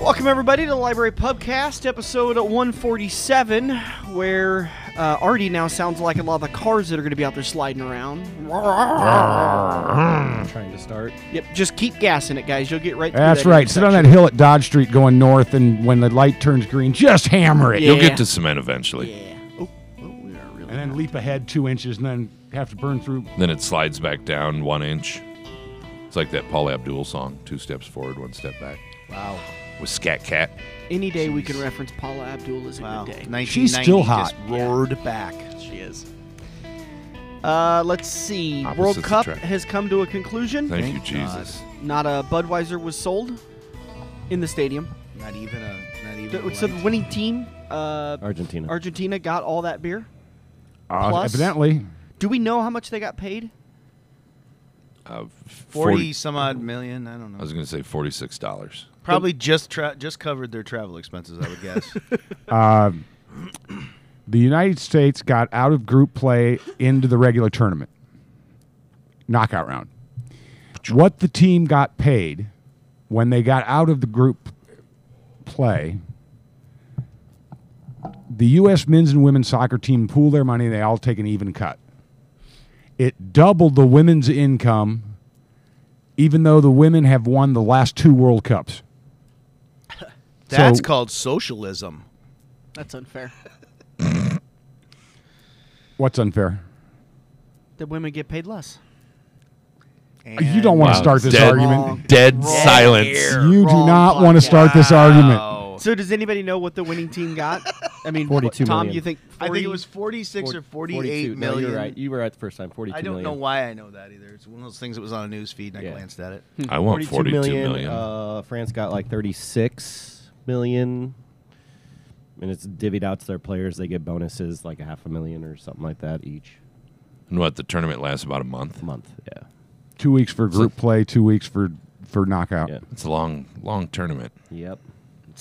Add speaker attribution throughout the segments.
Speaker 1: Welcome, everybody, to the Library Pubcast, episode 147, where uh, Artie now sounds like a lot of the cars that are going to be out there sliding around.
Speaker 2: trying to start.
Speaker 1: Yep, just keep gassing it, guys. You'll get right through
Speaker 2: That's
Speaker 1: that
Speaker 2: right. Sit on that
Speaker 1: intersection.
Speaker 2: hill at Dodge Street going north, and when the light turns green, just hammer it.
Speaker 1: Yeah.
Speaker 3: You'll get to cement eventually.
Speaker 1: Yeah. Oh, oh, we are really.
Speaker 2: And then leap ahead two inches and then have to burn through.
Speaker 3: Then it slides back down one inch. It's like that Paul Abdul song, two steps forward, one step back.
Speaker 4: Wow.
Speaker 3: With Scat Cat.
Speaker 1: Any day we can reference Paula Abdul is a
Speaker 4: Wow.
Speaker 1: good day.
Speaker 4: 1990
Speaker 2: She's still hot.
Speaker 4: Just roared back.
Speaker 1: She is. Uh, let's see.
Speaker 3: Opposites
Speaker 1: World Cup
Speaker 3: attract.
Speaker 1: has come to a conclusion.
Speaker 3: Thank, you,
Speaker 4: Thank
Speaker 3: Jesus.
Speaker 1: Not a Budweiser was sold in the stadium.
Speaker 4: Not even a. Not even.
Speaker 1: So the
Speaker 4: light.
Speaker 1: winning team, uh,
Speaker 5: Argentina.
Speaker 1: Argentina, got all that beer.
Speaker 2: Uh,
Speaker 1: Plus-
Speaker 2: evidently,
Speaker 1: Do we know how much they got paid?
Speaker 3: Uh,
Speaker 4: 40,
Speaker 3: 40,
Speaker 4: some odd million. I don't
Speaker 3: I
Speaker 4: know.
Speaker 3: was going to say $46.
Speaker 4: Probably just tra- just covered their travel expenses. I would guess.
Speaker 2: the United States got out of group play into the regular tournament, knockout round. What the team got paid when they got out of the group play, the U.S. men's and women's soccer team pool their money, they all take an even cut. It doubled the women's income, even though the women have won the last two World Cups.
Speaker 4: That's
Speaker 2: So-
Speaker 4: called socialism.
Speaker 1: That's unfair.
Speaker 2: What's unfair?
Speaker 1: The women get paid less.
Speaker 2: You don't want to
Speaker 3: Wow,
Speaker 2: start this
Speaker 3: dead-
Speaker 2: argument.
Speaker 3: Dead silence.
Speaker 2: You do
Speaker 1: Wrong
Speaker 2: not want to
Speaker 1: podcast.
Speaker 2: start this argument.
Speaker 1: So does anybody know what the winning team got? I mean,
Speaker 5: 42
Speaker 1: what- Tom,
Speaker 5: million.
Speaker 1: you think? 40?
Speaker 4: I think it was 46 or
Speaker 5: Four-
Speaker 4: 48
Speaker 5: 42. No,
Speaker 4: million.
Speaker 5: you're right. You were right the first time. Forty-two
Speaker 4: I don't know
Speaker 5: million.
Speaker 4: why I know that either. It's one of those things that was on a news feed and I
Speaker 5: Yeah.
Speaker 4: glanced at it.
Speaker 3: I want 42 million.
Speaker 5: Uh, France got like thirty-six million, and it's divvied out to their players. They get bonuses like a half a million or something like that each
Speaker 3: and what, the tournament lasts about a month?
Speaker 5: month. Yeah.
Speaker 2: Two weeks for group play, two weeks for for knockout.
Speaker 5: Yeah.
Speaker 3: It's a long, long tournament.
Speaker 5: Yep.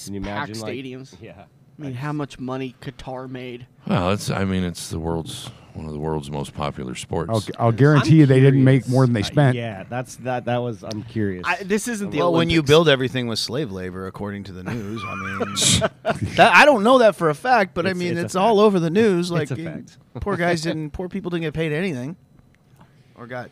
Speaker 5: Can you
Speaker 1: packed
Speaker 5: imagine like-
Speaker 1: stadiums.
Speaker 5: Yeah.
Speaker 1: I mean, how much money Qatar made?
Speaker 3: Well, it's, I mean, it's the world's, one of the world's most popular sports.
Speaker 2: I'll, I'll guarantee you they didn't make more than they
Speaker 5: Uh,
Speaker 2: spent.
Speaker 5: yeah, that's that. That was. I'm curious.
Speaker 1: I, this isn't the
Speaker 4: Well, when you
Speaker 1: Olympics.
Speaker 4: build everything with slave labor, according to the news, I mean, that, I don't know that for a fact, but I
Speaker 5: It's-
Speaker 4: mean,
Speaker 5: it's
Speaker 4: it's,
Speaker 5: a
Speaker 4: all
Speaker 5: fact.
Speaker 4: over the news. Like,
Speaker 5: a
Speaker 4: you-
Speaker 5: fact.
Speaker 4: poor guys didn't, poor people didn't get paid anything, or got,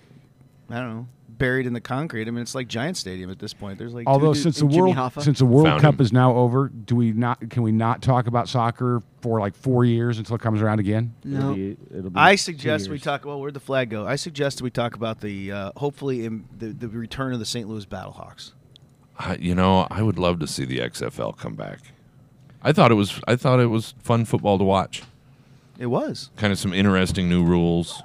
Speaker 4: I don't know, buried in the concrete. I mean, it's like Giant Stadium at this point. There's like,
Speaker 2: Although
Speaker 1: Dude,
Speaker 2: since the
Speaker 1: and Jimmy
Speaker 2: world
Speaker 1: Hoffa.
Speaker 2: since the World
Speaker 3: Found
Speaker 2: Cup
Speaker 3: him.
Speaker 2: is now over, do we not can we not talk about soccer for like four years until it comes around again?
Speaker 5: It'll
Speaker 1: no.
Speaker 5: be- it'll be
Speaker 4: I
Speaker 5: two
Speaker 4: suggest we
Speaker 5: years.
Speaker 4: talk. Well, where'd the flag go? I suggest we talk about the uh, hopefully in the, the return of the St. Louis Battlehawks.
Speaker 3: I, you know, I would love to see the XFL come back. I thought it was, I thought it was fun football to watch.
Speaker 4: It was.
Speaker 3: kind of some interesting new rules,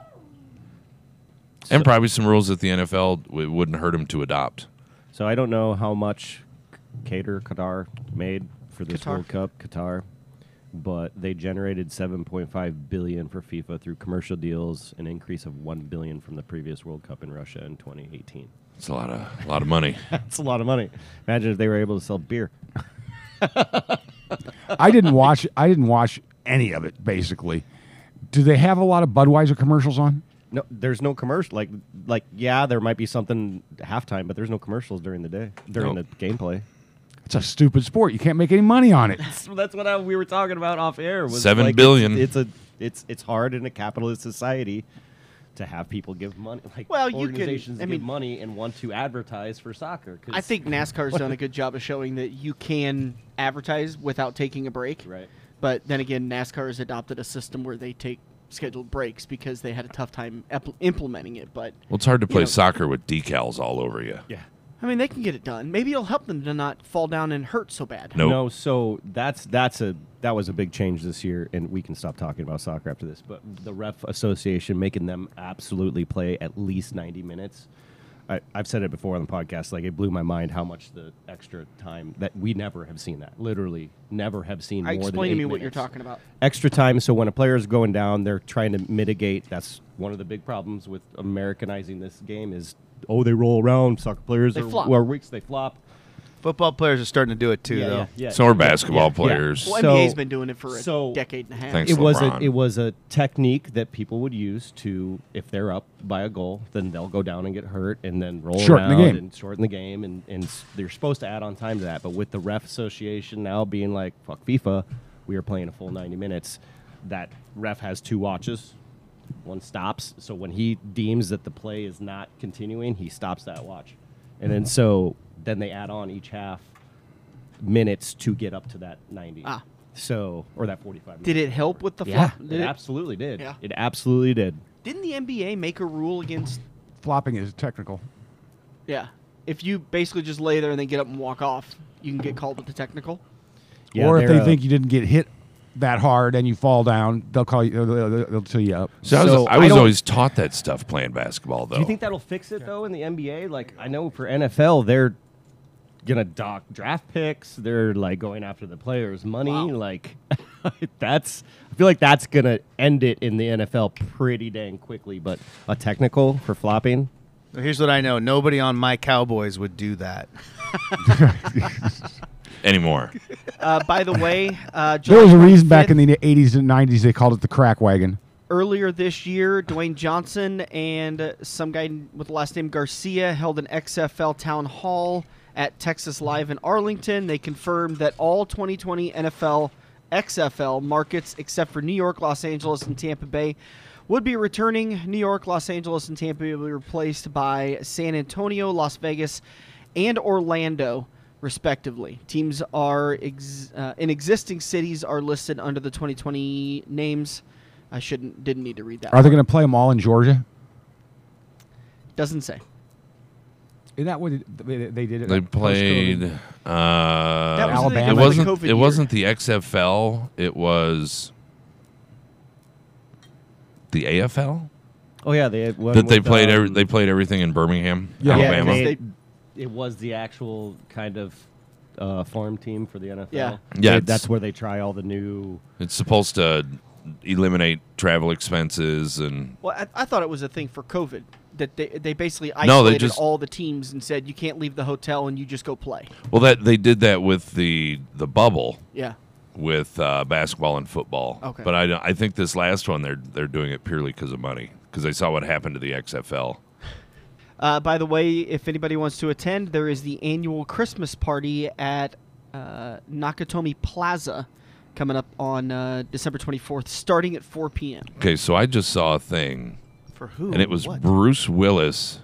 Speaker 3: and probably some rules that the NFL w- wouldn't hurt them to adopt.
Speaker 5: So I don't know how much Cater Qatar made for this
Speaker 1: Qatar.
Speaker 5: World Cup, Qatar, but they generated 7.5 billion for FIFA through commercial deals, an increase of 1 billion from the previous World Cup in Russia in 2018.
Speaker 3: It's a lot of a lot of money.
Speaker 5: That's a lot of money. Imagine if they were able to sell beer.
Speaker 2: I didn't watch I didn't watch any of it basically. Do they have a lot of Budweiser commercials on?
Speaker 5: No, there's no commercial. Like, like yeah, there might be something halftime, but there's no commercials during the day during
Speaker 3: Nope.
Speaker 5: the gameplay.
Speaker 2: It's a stupid sport. You can't make any money on it.
Speaker 5: So that's what I, we were talking about off air. Was
Speaker 3: Seven
Speaker 5: like,
Speaker 3: billion.
Speaker 5: It's, it's a it's it's hard in a capitalist society to have people give money like
Speaker 1: Well, you could-
Speaker 5: organizations
Speaker 1: I
Speaker 5: give
Speaker 1: mean-
Speaker 5: money and want to advertise for soccer. 'cause-
Speaker 1: I think NASCAR's done a good job of showing that you can advertise without taking a break.
Speaker 5: Right.
Speaker 1: But then again, NASCAR has adopted a system where they take scheduled breaks because they had a tough time ep- implementing it. But
Speaker 3: Well, it's hard to
Speaker 1: You
Speaker 3: play
Speaker 1: know-
Speaker 3: soccer with decals all over you.
Speaker 5: yeah.
Speaker 1: I mean, they can get it done. Maybe it'll help them to not fall down and hurt so bad.
Speaker 3: Nope.
Speaker 5: No, so that's that's a that was a big change this year, and we can stop talking about soccer after this. But the ref association making them absolutely play at least ninety minutes. I, I've said it before on the podcast. Like it blew my mind how much the extra time that we never have seen that. Literally, never have seen.
Speaker 1: I
Speaker 5: more
Speaker 1: explain to
Speaker 5: than
Speaker 1: me
Speaker 5: eight
Speaker 1: what you're
Speaker 5: minutes.
Speaker 1: talking about.
Speaker 5: extra time. So when a player is going down, they're trying to mitigate. That's one of the big problems with Americanizing this game is oh they roll around soccer players
Speaker 1: They
Speaker 5: are,
Speaker 1: flop.
Speaker 5: are weeks they flop.
Speaker 4: Football players are starting to do it too, though.
Speaker 3: So are basketball players.
Speaker 5: Well,
Speaker 1: Well,
Speaker 5: So-
Speaker 1: NBA's been doing it for a
Speaker 5: so-
Speaker 1: decade and a half.
Speaker 3: Thanks.
Speaker 5: it was a
Speaker 3: LeBron.
Speaker 5: it was a technique that people would use to if they're up by a goal, then they'll go down and get hurt, and then roll
Speaker 2: Shorten the
Speaker 5: around
Speaker 2: game.
Speaker 5: and shorten the game, and and s- they're supposed to add on time to that. But with the ref association now being like fuck FIFA, we are playing a full ninety minutes. That ref has two watches. One stops, so when he deems that the play is not continuing, he stops that watch, and then so then they add on each half minutes to get up to that ninety.
Speaker 1: Ah.
Speaker 5: So or that forty-five. minutes
Speaker 1: Did it help with the
Speaker 5: yeah,
Speaker 1: flop?
Speaker 5: it,
Speaker 1: Did it,
Speaker 5: absolutely did.
Speaker 1: Yeah.
Speaker 5: It absolutely did.
Speaker 1: didn't the NBA make a rule against?
Speaker 2: Flopping is technical.
Speaker 1: Yeah, if you basically just lay there and then get up and walk off, you can get called with the technical.
Speaker 5: Yeah,
Speaker 2: or if
Speaker 5: they're,
Speaker 2: they
Speaker 5: uh,
Speaker 2: think you didn't get hit that hard and you fall down, they'll call you. They'll, they'll, they'll tell you up.
Speaker 3: So, I
Speaker 5: So,
Speaker 3: was, I
Speaker 5: I
Speaker 3: was
Speaker 5: don't-
Speaker 3: always taught that stuff playing basketball, though.
Speaker 5: Do you think that'll fix it though in the NBA? Like I know for NFL, they're gonna dock draft picks. They're like going after the players' money. Like that's. I feel like that's gonna end it in the NFL pretty dang quickly. But a technical for flopping.
Speaker 4: Here's what I know: nobody on my Cowboys would do that.
Speaker 3: Anymore.
Speaker 1: Uh, by the way, uh,
Speaker 2: there was a
Speaker 1: July
Speaker 2: reason back in
Speaker 1: 25th,
Speaker 2: the 80s and 90s they called it the crack wagon.
Speaker 1: earlier this year, Dwayne Johnson and some guy with the last name Garcia held an XFL town hall at Texas Live in Arlington. They confirmed that all 2020 NFL XFL markets, except for New York, Los Angeles, and Tampa Bay, would be returning. New York, Los Angeles, and Tampa Bay will be replaced by San Antonio, Las Vegas, and Orlando respectively. Teams are ex- uh, in existing cities are listed under the 2020 names. I shouldn't didn't need to read that.
Speaker 2: Are they
Speaker 1: part.
Speaker 2: going to play them all in Georgia?
Speaker 1: Doesn't say.
Speaker 2: Isn't that what it- they, they did? It
Speaker 3: They played. Uh,
Speaker 1: That
Speaker 2: was the thing
Speaker 3: It
Speaker 2: about the
Speaker 3: wasn't.
Speaker 1: COVID
Speaker 3: it
Speaker 1: year.
Speaker 3: wasn't the XFL. It was the AFL
Speaker 5: Oh yeah, they when
Speaker 3: that they
Speaker 5: with,
Speaker 3: played.
Speaker 5: um,
Speaker 3: every, they played everything in Birmingham,
Speaker 2: Yeah. Yeah,
Speaker 3: Alabama.
Speaker 1: they-
Speaker 5: It, it was the actual kind of uh, farm team for the NFL.
Speaker 1: Yeah.
Speaker 3: Yeah,
Speaker 5: They-
Speaker 3: it's-
Speaker 5: that's where they try all the new.
Speaker 3: it's supposed to eliminate travel expenses and
Speaker 1: Well, I, I thought it was a thing for COVID that they they basically isolated
Speaker 3: No, they just-
Speaker 1: all the teams and said you can't leave the hotel and you just go play.
Speaker 3: well that they did that with the the bubble
Speaker 1: Yeah.
Speaker 3: with uh, basketball and football.
Speaker 1: Okay.
Speaker 3: But I, don't- I think this last one they're they're doing it purely because of money because they saw what happened to the XFL.
Speaker 1: Uh, by the way, if anybody wants to attend, there is the annual Christmas party at uh, Nakatomi Plaza coming up on uh, December 24th, starting at 4 p.m.
Speaker 3: Okay, so I just saw a thing,
Speaker 1: For who?
Speaker 3: and it was Bruce Willis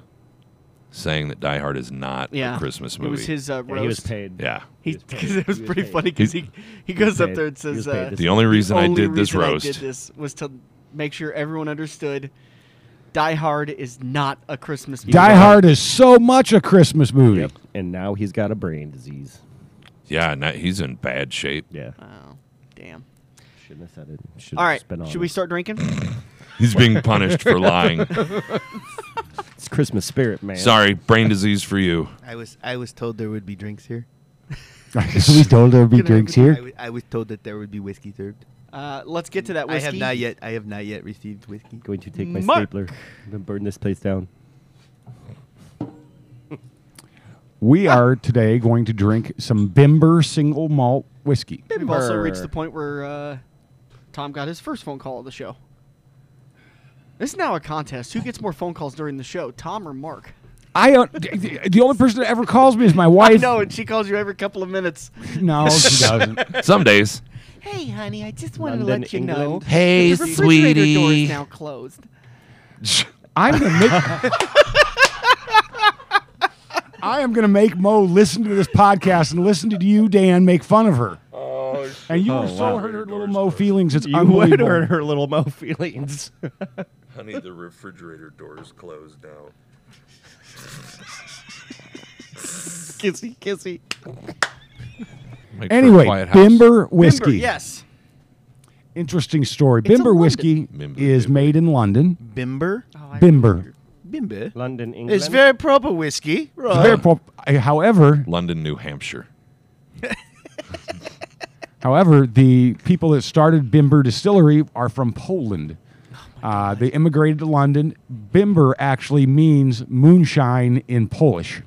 Speaker 3: saying that Die Hard is not
Speaker 1: yeah.
Speaker 3: a Christmas movie.
Speaker 1: It was his uh, roast.
Speaker 5: Yeah, he was paid.
Speaker 3: yeah.
Speaker 1: He,
Speaker 5: was paid.
Speaker 1: because it was
Speaker 5: He was
Speaker 1: pretty
Speaker 5: paid.
Speaker 1: funny because he, he goes up
Speaker 5: paid.
Speaker 1: there and
Speaker 5: He was
Speaker 1: says,
Speaker 5: paid
Speaker 1: uh,
Speaker 5: this
Speaker 3: The only reason I
Speaker 1: only
Speaker 3: did this
Speaker 1: reason I
Speaker 3: roast.
Speaker 1: did this was to make sure everyone understood Die Hard is not a Christmas movie.
Speaker 2: Die Hard is so much a Christmas movie.
Speaker 5: Yep. And now he's got a brain disease.
Speaker 3: Yeah, no, he's in bad shape.
Speaker 5: Yeah.
Speaker 1: Oh, damn.
Speaker 5: Shouldn't have said it. Should
Speaker 1: All right.
Speaker 5: Been on
Speaker 1: Should we
Speaker 5: it.
Speaker 1: start drinking?
Speaker 3: He's being punished for lying.
Speaker 5: It's Christmas spirit, man.
Speaker 3: Sorry, brain disease for you.
Speaker 4: I was I was told there would be drinks here.
Speaker 2: we told there would be drinks
Speaker 4: I
Speaker 2: here.
Speaker 4: wa- I was told that there would be whiskey served.
Speaker 1: Uh, let's get to that
Speaker 4: I
Speaker 1: whiskey.
Speaker 4: have not yet. I have not yet received whiskey.
Speaker 5: Going to take my
Speaker 1: Mark.
Speaker 5: stapler. I'm gonna burn this place down.
Speaker 2: We are today going to drink some Bimber single malt whiskey.
Speaker 1: We've also
Speaker 5: Remember-
Speaker 1: reached the point where uh, Tom got his first phone call of the show. This is now a contest. Who gets more phone calls during the show, Tom or Mark?
Speaker 2: I don't, the the only person that ever calls me is my wife.
Speaker 1: No, and she calls you every couple of minutes.
Speaker 2: No, she doesn't.
Speaker 3: Some days.
Speaker 1: Hey, honey, I just wanted
Speaker 5: London,
Speaker 1: to let you know.
Speaker 5: England.
Speaker 3: Hey,
Speaker 1: the refrigerator door
Speaker 3: sweetie.
Speaker 1: is now closed.
Speaker 2: I'm gonna make. I am gonna make Mo listen to this podcast and listen to you, Dan, make fun of her. Oh, and you were so
Speaker 5: wow.
Speaker 2: hurt her little Mo feelings. It's
Speaker 5: You would
Speaker 2: unbelievable.
Speaker 5: hurt her little mo feelings.
Speaker 3: Honey, the refrigerator door is closed now.
Speaker 5: kissy, kissy.
Speaker 2: Anyway, Bimber whiskey.
Speaker 1: Remember, yes.
Speaker 2: Interesting story.
Speaker 1: It's a
Speaker 2: Bimber
Speaker 1: London-
Speaker 2: whiskey
Speaker 3: Bimber,
Speaker 2: is
Speaker 3: Bimber.
Speaker 2: made in London.
Speaker 4: Bimber.
Speaker 1: Oh, I-
Speaker 2: Bimber.
Speaker 4: Bimber.
Speaker 5: London, England.
Speaker 4: It's very proper whiskey. Uh,
Speaker 2: It's
Speaker 5: Uh,
Speaker 2: very pop- however,
Speaker 3: London, New Hampshire.
Speaker 2: However, the people that started Bimber Distillery are from Poland. uh, they immigrated to London. Bimber actually means moonshine in Polish.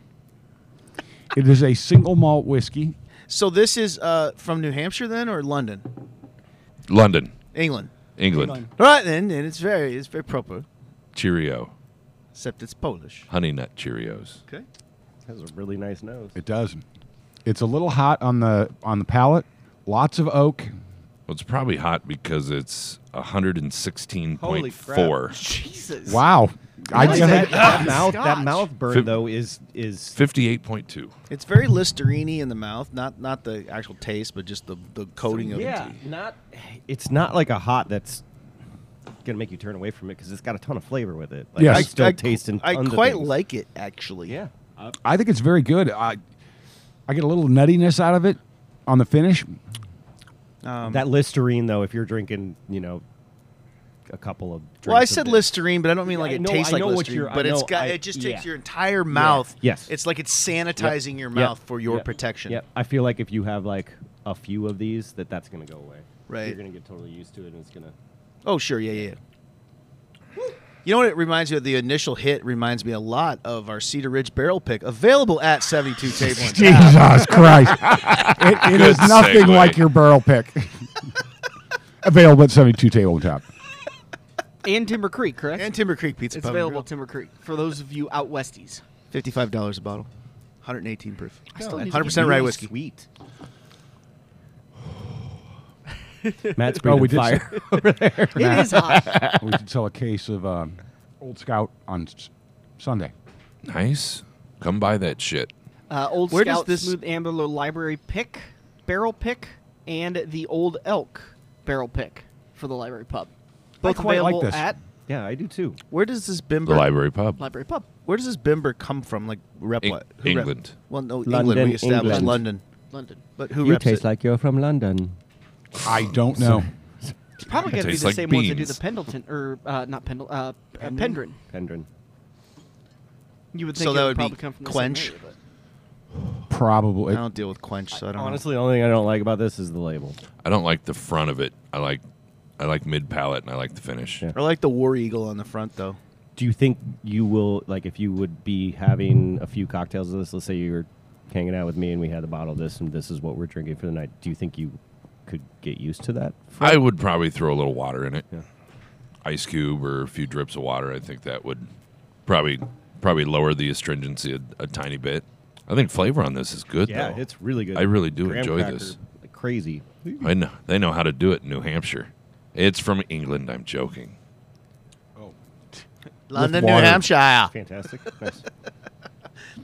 Speaker 2: It is a single malt whiskey.
Speaker 4: So this is uh, from New Hampshire then, or London,
Speaker 3: London,
Speaker 4: England.
Speaker 3: England.
Speaker 4: All right then, and it's very it's very proper,
Speaker 3: Cheerio,
Speaker 4: except it's Polish.
Speaker 3: honey nut Cheerios.
Speaker 4: Okay.
Speaker 5: has a really nice nose.
Speaker 2: It does. It's a little hot on the on the palate. Lots of oak.
Speaker 3: Well, it's probably hot because it's
Speaker 1: Holy
Speaker 3: 116.4.
Speaker 1: Jesus.
Speaker 2: Wow. I
Speaker 1: Really?
Speaker 2: guess-
Speaker 1: That- that
Speaker 5: mouth,
Speaker 1: scotch.
Speaker 5: that mouth burn
Speaker 3: Fif-
Speaker 5: though is is
Speaker 3: 58.2.
Speaker 4: It's very listerine in the mouth, not not the actual taste, but just the, the coating of
Speaker 5: yeah,
Speaker 4: it.
Speaker 5: not. It's not like a hot that's gonna make you turn away from it because it's got a ton of flavor with it. Like,
Speaker 2: Yes.
Speaker 5: I still
Speaker 4: I,
Speaker 5: tasting.
Speaker 4: I
Speaker 5: tons of
Speaker 4: quite
Speaker 5: things.
Speaker 4: like it actually.
Speaker 5: Yeah,
Speaker 2: I think it's very good. I I get a little nuttiness out of it on the finish.
Speaker 4: Um,
Speaker 5: that Listerine though. If you're drinking, you know, a couple of. Drinks
Speaker 4: well, I
Speaker 5: of
Speaker 4: said
Speaker 5: it-
Speaker 4: Listerine, but I don't mean
Speaker 5: Yeah,
Speaker 4: like
Speaker 5: I
Speaker 4: it
Speaker 5: know-
Speaker 4: tastes
Speaker 5: I
Speaker 4: like
Speaker 5: know what
Speaker 4: Listerine.
Speaker 5: you're- I
Speaker 4: But it's
Speaker 5: know,
Speaker 4: got
Speaker 5: I-
Speaker 4: it just takes
Speaker 5: yeah.
Speaker 4: your entire mouth.
Speaker 5: Yes.
Speaker 4: It's like it's sanitizing your mouth for your
Speaker 5: Yep.
Speaker 4: protection.
Speaker 5: Yep. I feel like if you have like a few of these, that that's gonna go away.
Speaker 4: Right.
Speaker 5: You're gonna get totally used to it, and it's gonna.
Speaker 4: Oh sure, yeah, yeah. yeah. You know what it reminds me of? The initial hit reminds me a lot of our Cedar Ridge barrel pick, available at 72 Table and Tap.
Speaker 2: Jesus Christ. It, it is
Speaker 3: Good
Speaker 2: nothing
Speaker 3: segue.
Speaker 2: like your barrel pick. Available at 72 Tabletop.
Speaker 1: And Timber Creek, correct?
Speaker 4: and Timber Creek Pizza.
Speaker 1: it's
Speaker 4: Pub and
Speaker 1: available at
Speaker 4: Grill.
Speaker 1: Timber Creek for those of you out westies.
Speaker 4: Fifty-five dollars a bottle, one hundred and eighteen proof.
Speaker 1: I still need to
Speaker 4: Hundred
Speaker 1: get
Speaker 4: percent rye
Speaker 1: really
Speaker 4: whiskey.
Speaker 5: Sweet. Matt's
Speaker 2: Oh,
Speaker 5: breathing
Speaker 2: we did
Speaker 5: fire.
Speaker 1: It is hot.
Speaker 2: We should sell a case of um, Old Scout on s- Sunday.
Speaker 3: Nice. Come buy that shit.
Speaker 1: Uh, old
Speaker 4: Where does
Speaker 1: Scout
Speaker 4: this-
Speaker 1: Smooth Ambler Library pick, barrel pick, and the Old Elk barrel pick for the library pub. Both
Speaker 2: quite like
Speaker 1: available
Speaker 2: this.
Speaker 1: at
Speaker 5: yeah, I do too.
Speaker 4: Where does this
Speaker 3: The
Speaker 4: bimber?
Speaker 3: library pub.
Speaker 1: library pub.
Speaker 4: Where does this bimber come from? Like rep
Speaker 3: Eng-
Speaker 4: what? Who rep-
Speaker 3: England.
Speaker 4: well, no, England.
Speaker 5: London,
Speaker 4: We established
Speaker 5: England.
Speaker 4: London,
Speaker 1: London.
Speaker 4: but who reps it?
Speaker 5: like you're from London.
Speaker 2: I don't know.
Speaker 1: It's probably going to be
Speaker 3: tastes
Speaker 1: the
Speaker 3: like
Speaker 1: same ones that do
Speaker 3: beans.
Speaker 1: the Pendleton or uh, not Pendle, uh, Pendrin. Pendrin.
Speaker 5: Pendrin.
Speaker 1: You would
Speaker 4: So
Speaker 1: think
Speaker 4: that
Speaker 1: it
Speaker 4: would
Speaker 1: would
Speaker 4: be
Speaker 1: probably come from the
Speaker 4: Quench?
Speaker 1: Same area, but-
Speaker 2: Probably.
Speaker 4: I don't deal with quench, so I don't.
Speaker 5: Honestly, the only thing I don't like about this is the label.
Speaker 3: I don't like the front of it. I like I like mid palate and I like the finish.
Speaker 5: Yeah.
Speaker 4: know. I like the war eagle on the front though.
Speaker 5: Do you think you will like if you would be having a few cocktails of this? Let's say you were hanging out with me and we had a bottle of this, and this is what we're drinking for the night. Do you think you could get used to that?
Speaker 3: I would probably throw a little water in it.
Speaker 5: Yeah.
Speaker 3: Ice cube or a few drips of water. I think that would probably probably lower the astringency a, a tiny bit. I think flavor on this is good
Speaker 5: Yeah,
Speaker 3: though.
Speaker 5: it's really good.
Speaker 3: I really do
Speaker 5: Graham
Speaker 3: enjoy
Speaker 5: cracker,
Speaker 3: this.
Speaker 5: like crazy.
Speaker 3: I know they know how to do it in New Hampshire. It's from England, I'm joking.
Speaker 4: London, New
Speaker 2: water.
Speaker 4: Hampshire.
Speaker 5: Fantastic. nice.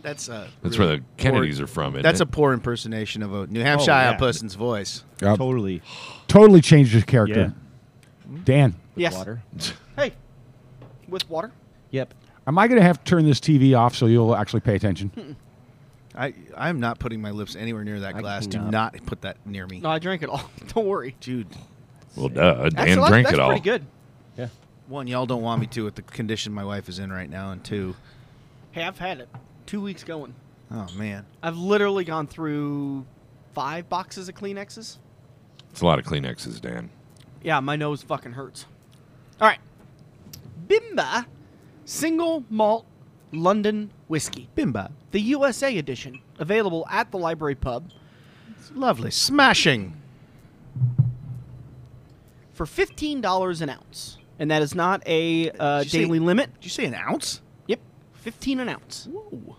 Speaker 4: That's uh,
Speaker 3: That's
Speaker 4: really
Speaker 3: where the Kennedys
Speaker 4: poor-
Speaker 3: are from. Isn't
Speaker 4: That's a
Speaker 3: it?
Speaker 4: poor impersonation of a
Speaker 1: Oh,
Speaker 4: New Hampshire
Speaker 5: yeah.
Speaker 4: person's voice.
Speaker 2: Yep.
Speaker 5: Totally.
Speaker 2: uh, Totally changed his character. Hmm? Dan,
Speaker 1: yes.
Speaker 5: Water.
Speaker 1: Hey, with water.
Speaker 5: Yep.
Speaker 2: am I going to have to turn this TV off so you'll actually pay attention?
Speaker 4: I I'm not putting my lips anywhere near that
Speaker 5: I
Speaker 4: glass. Do
Speaker 5: cannot.
Speaker 4: not put that near me,
Speaker 1: No, I drank it all. Don't worry.
Speaker 4: dude.
Speaker 3: well, duh. Dan
Speaker 1: Actually,
Speaker 3: drank
Speaker 1: that's
Speaker 3: it all.
Speaker 1: pretty good.
Speaker 5: Yeah.
Speaker 4: One, y'all don't want me to with the condition my wife is in right now, and two,
Speaker 1: Hey, I've had it. Two weeks going.
Speaker 4: oh man,
Speaker 1: I've literally gone through five boxes of Kleenexes.
Speaker 3: It's a lot of Kleenexes, Dan.
Speaker 1: Yeah, my nose fucking hurts. All right. Bimba Single Malt London Whiskey.
Speaker 4: Bimba,
Speaker 1: The USA edition. Available at the library pub
Speaker 4: it's lovely, smashing.
Speaker 1: for $15 an ounce. And that is not a uh,
Speaker 4: Did you say-
Speaker 1: daily limit.
Speaker 4: Did you say an ounce?
Speaker 1: Yep. 15 an ounce.
Speaker 4: Whoa.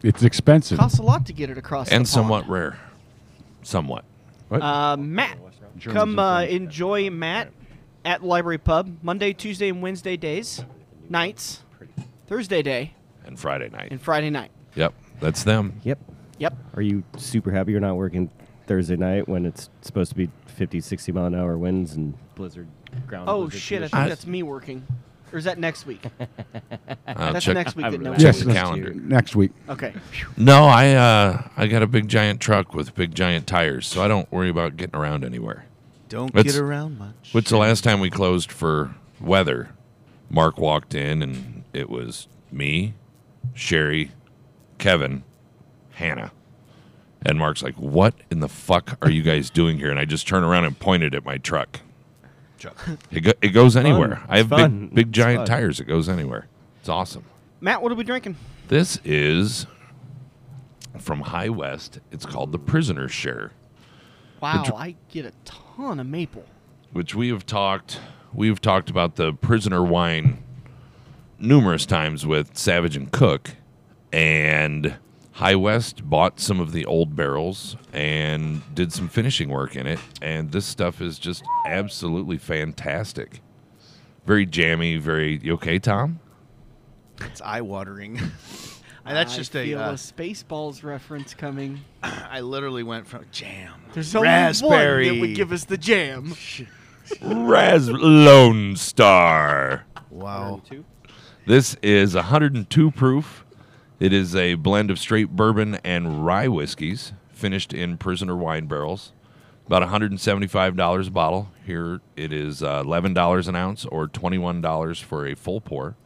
Speaker 2: it's expensive.
Speaker 1: Costs a lot to get it across the
Speaker 3: and
Speaker 1: pond.
Speaker 3: somewhat rare. Somewhat.
Speaker 2: What?
Speaker 1: Uh, Matt, come uh, enjoy Matt at Library Pub Monday, Tuesday, and Wednesday days, nights, Thursday day,
Speaker 3: And Friday night.
Speaker 1: and Friday night.
Speaker 3: Yep. That's them.
Speaker 5: Yep.
Speaker 1: Yep.
Speaker 5: Are you super happy you're not working Thursday night when it's supposed to be 50, 60 mile an hour winds and blizzard ground?
Speaker 1: Oh
Speaker 5: blizzard
Speaker 1: shit! I
Speaker 5: conditions?
Speaker 1: think that's me working, or is that next week?
Speaker 3: I'll
Speaker 1: That's
Speaker 3: Uh, check,
Speaker 1: next week.
Speaker 5: I'm
Speaker 1: That no
Speaker 5: relaxed.
Speaker 1: one-
Speaker 2: yes,
Speaker 3: the
Speaker 2: that's-
Speaker 3: calendar.
Speaker 2: next week.
Speaker 1: Okay.
Speaker 3: No, I uh, I got a big giant truck with big giant tires, so I don't worry about getting around anywhere.
Speaker 4: Don't
Speaker 3: That's-
Speaker 4: get around much.
Speaker 3: Which the last time we closed for weather, Mark walked in and it was me, Sherry, Kevin, Hannah. And Mark's like, What in the fuck are you guys doing here? And I just turned around and pointed at my truck. It, go- it goes anywhere. I have
Speaker 5: It's fun.
Speaker 3: big, big
Speaker 5: It's
Speaker 3: giant
Speaker 5: fun.
Speaker 3: tires. It goes anywhere. It's awesome.
Speaker 1: Matt, what are we drinking?
Speaker 3: This is from High West. It's called the Prisoner's Share.
Speaker 1: Wow, I get a ton of maple.
Speaker 3: which we have talked we've talked about the prisoner wine numerous times with Savage and Cook and High West bought some of the old barrels and did some finishing work in it and this stuff is just absolutely fantastic. Very jammy, very you okay, Tom?
Speaker 4: It's eye watering. That's
Speaker 1: I
Speaker 4: just a.
Speaker 1: feel
Speaker 4: uh,
Speaker 1: a Spaceballs reference coming.
Speaker 4: I literally went from jam.
Speaker 1: There's only
Speaker 4: raspberry.
Speaker 1: one that would give us the jam.
Speaker 3: Raz Lone Star.
Speaker 4: wow.
Speaker 5: Two.
Speaker 3: This is 102 proof. It is a blend of straight bourbon and rye whiskeys finished in prisoner wine barrels. About $175 a bottle. Here it is uh, $11 an ounce or $21 for a full pour.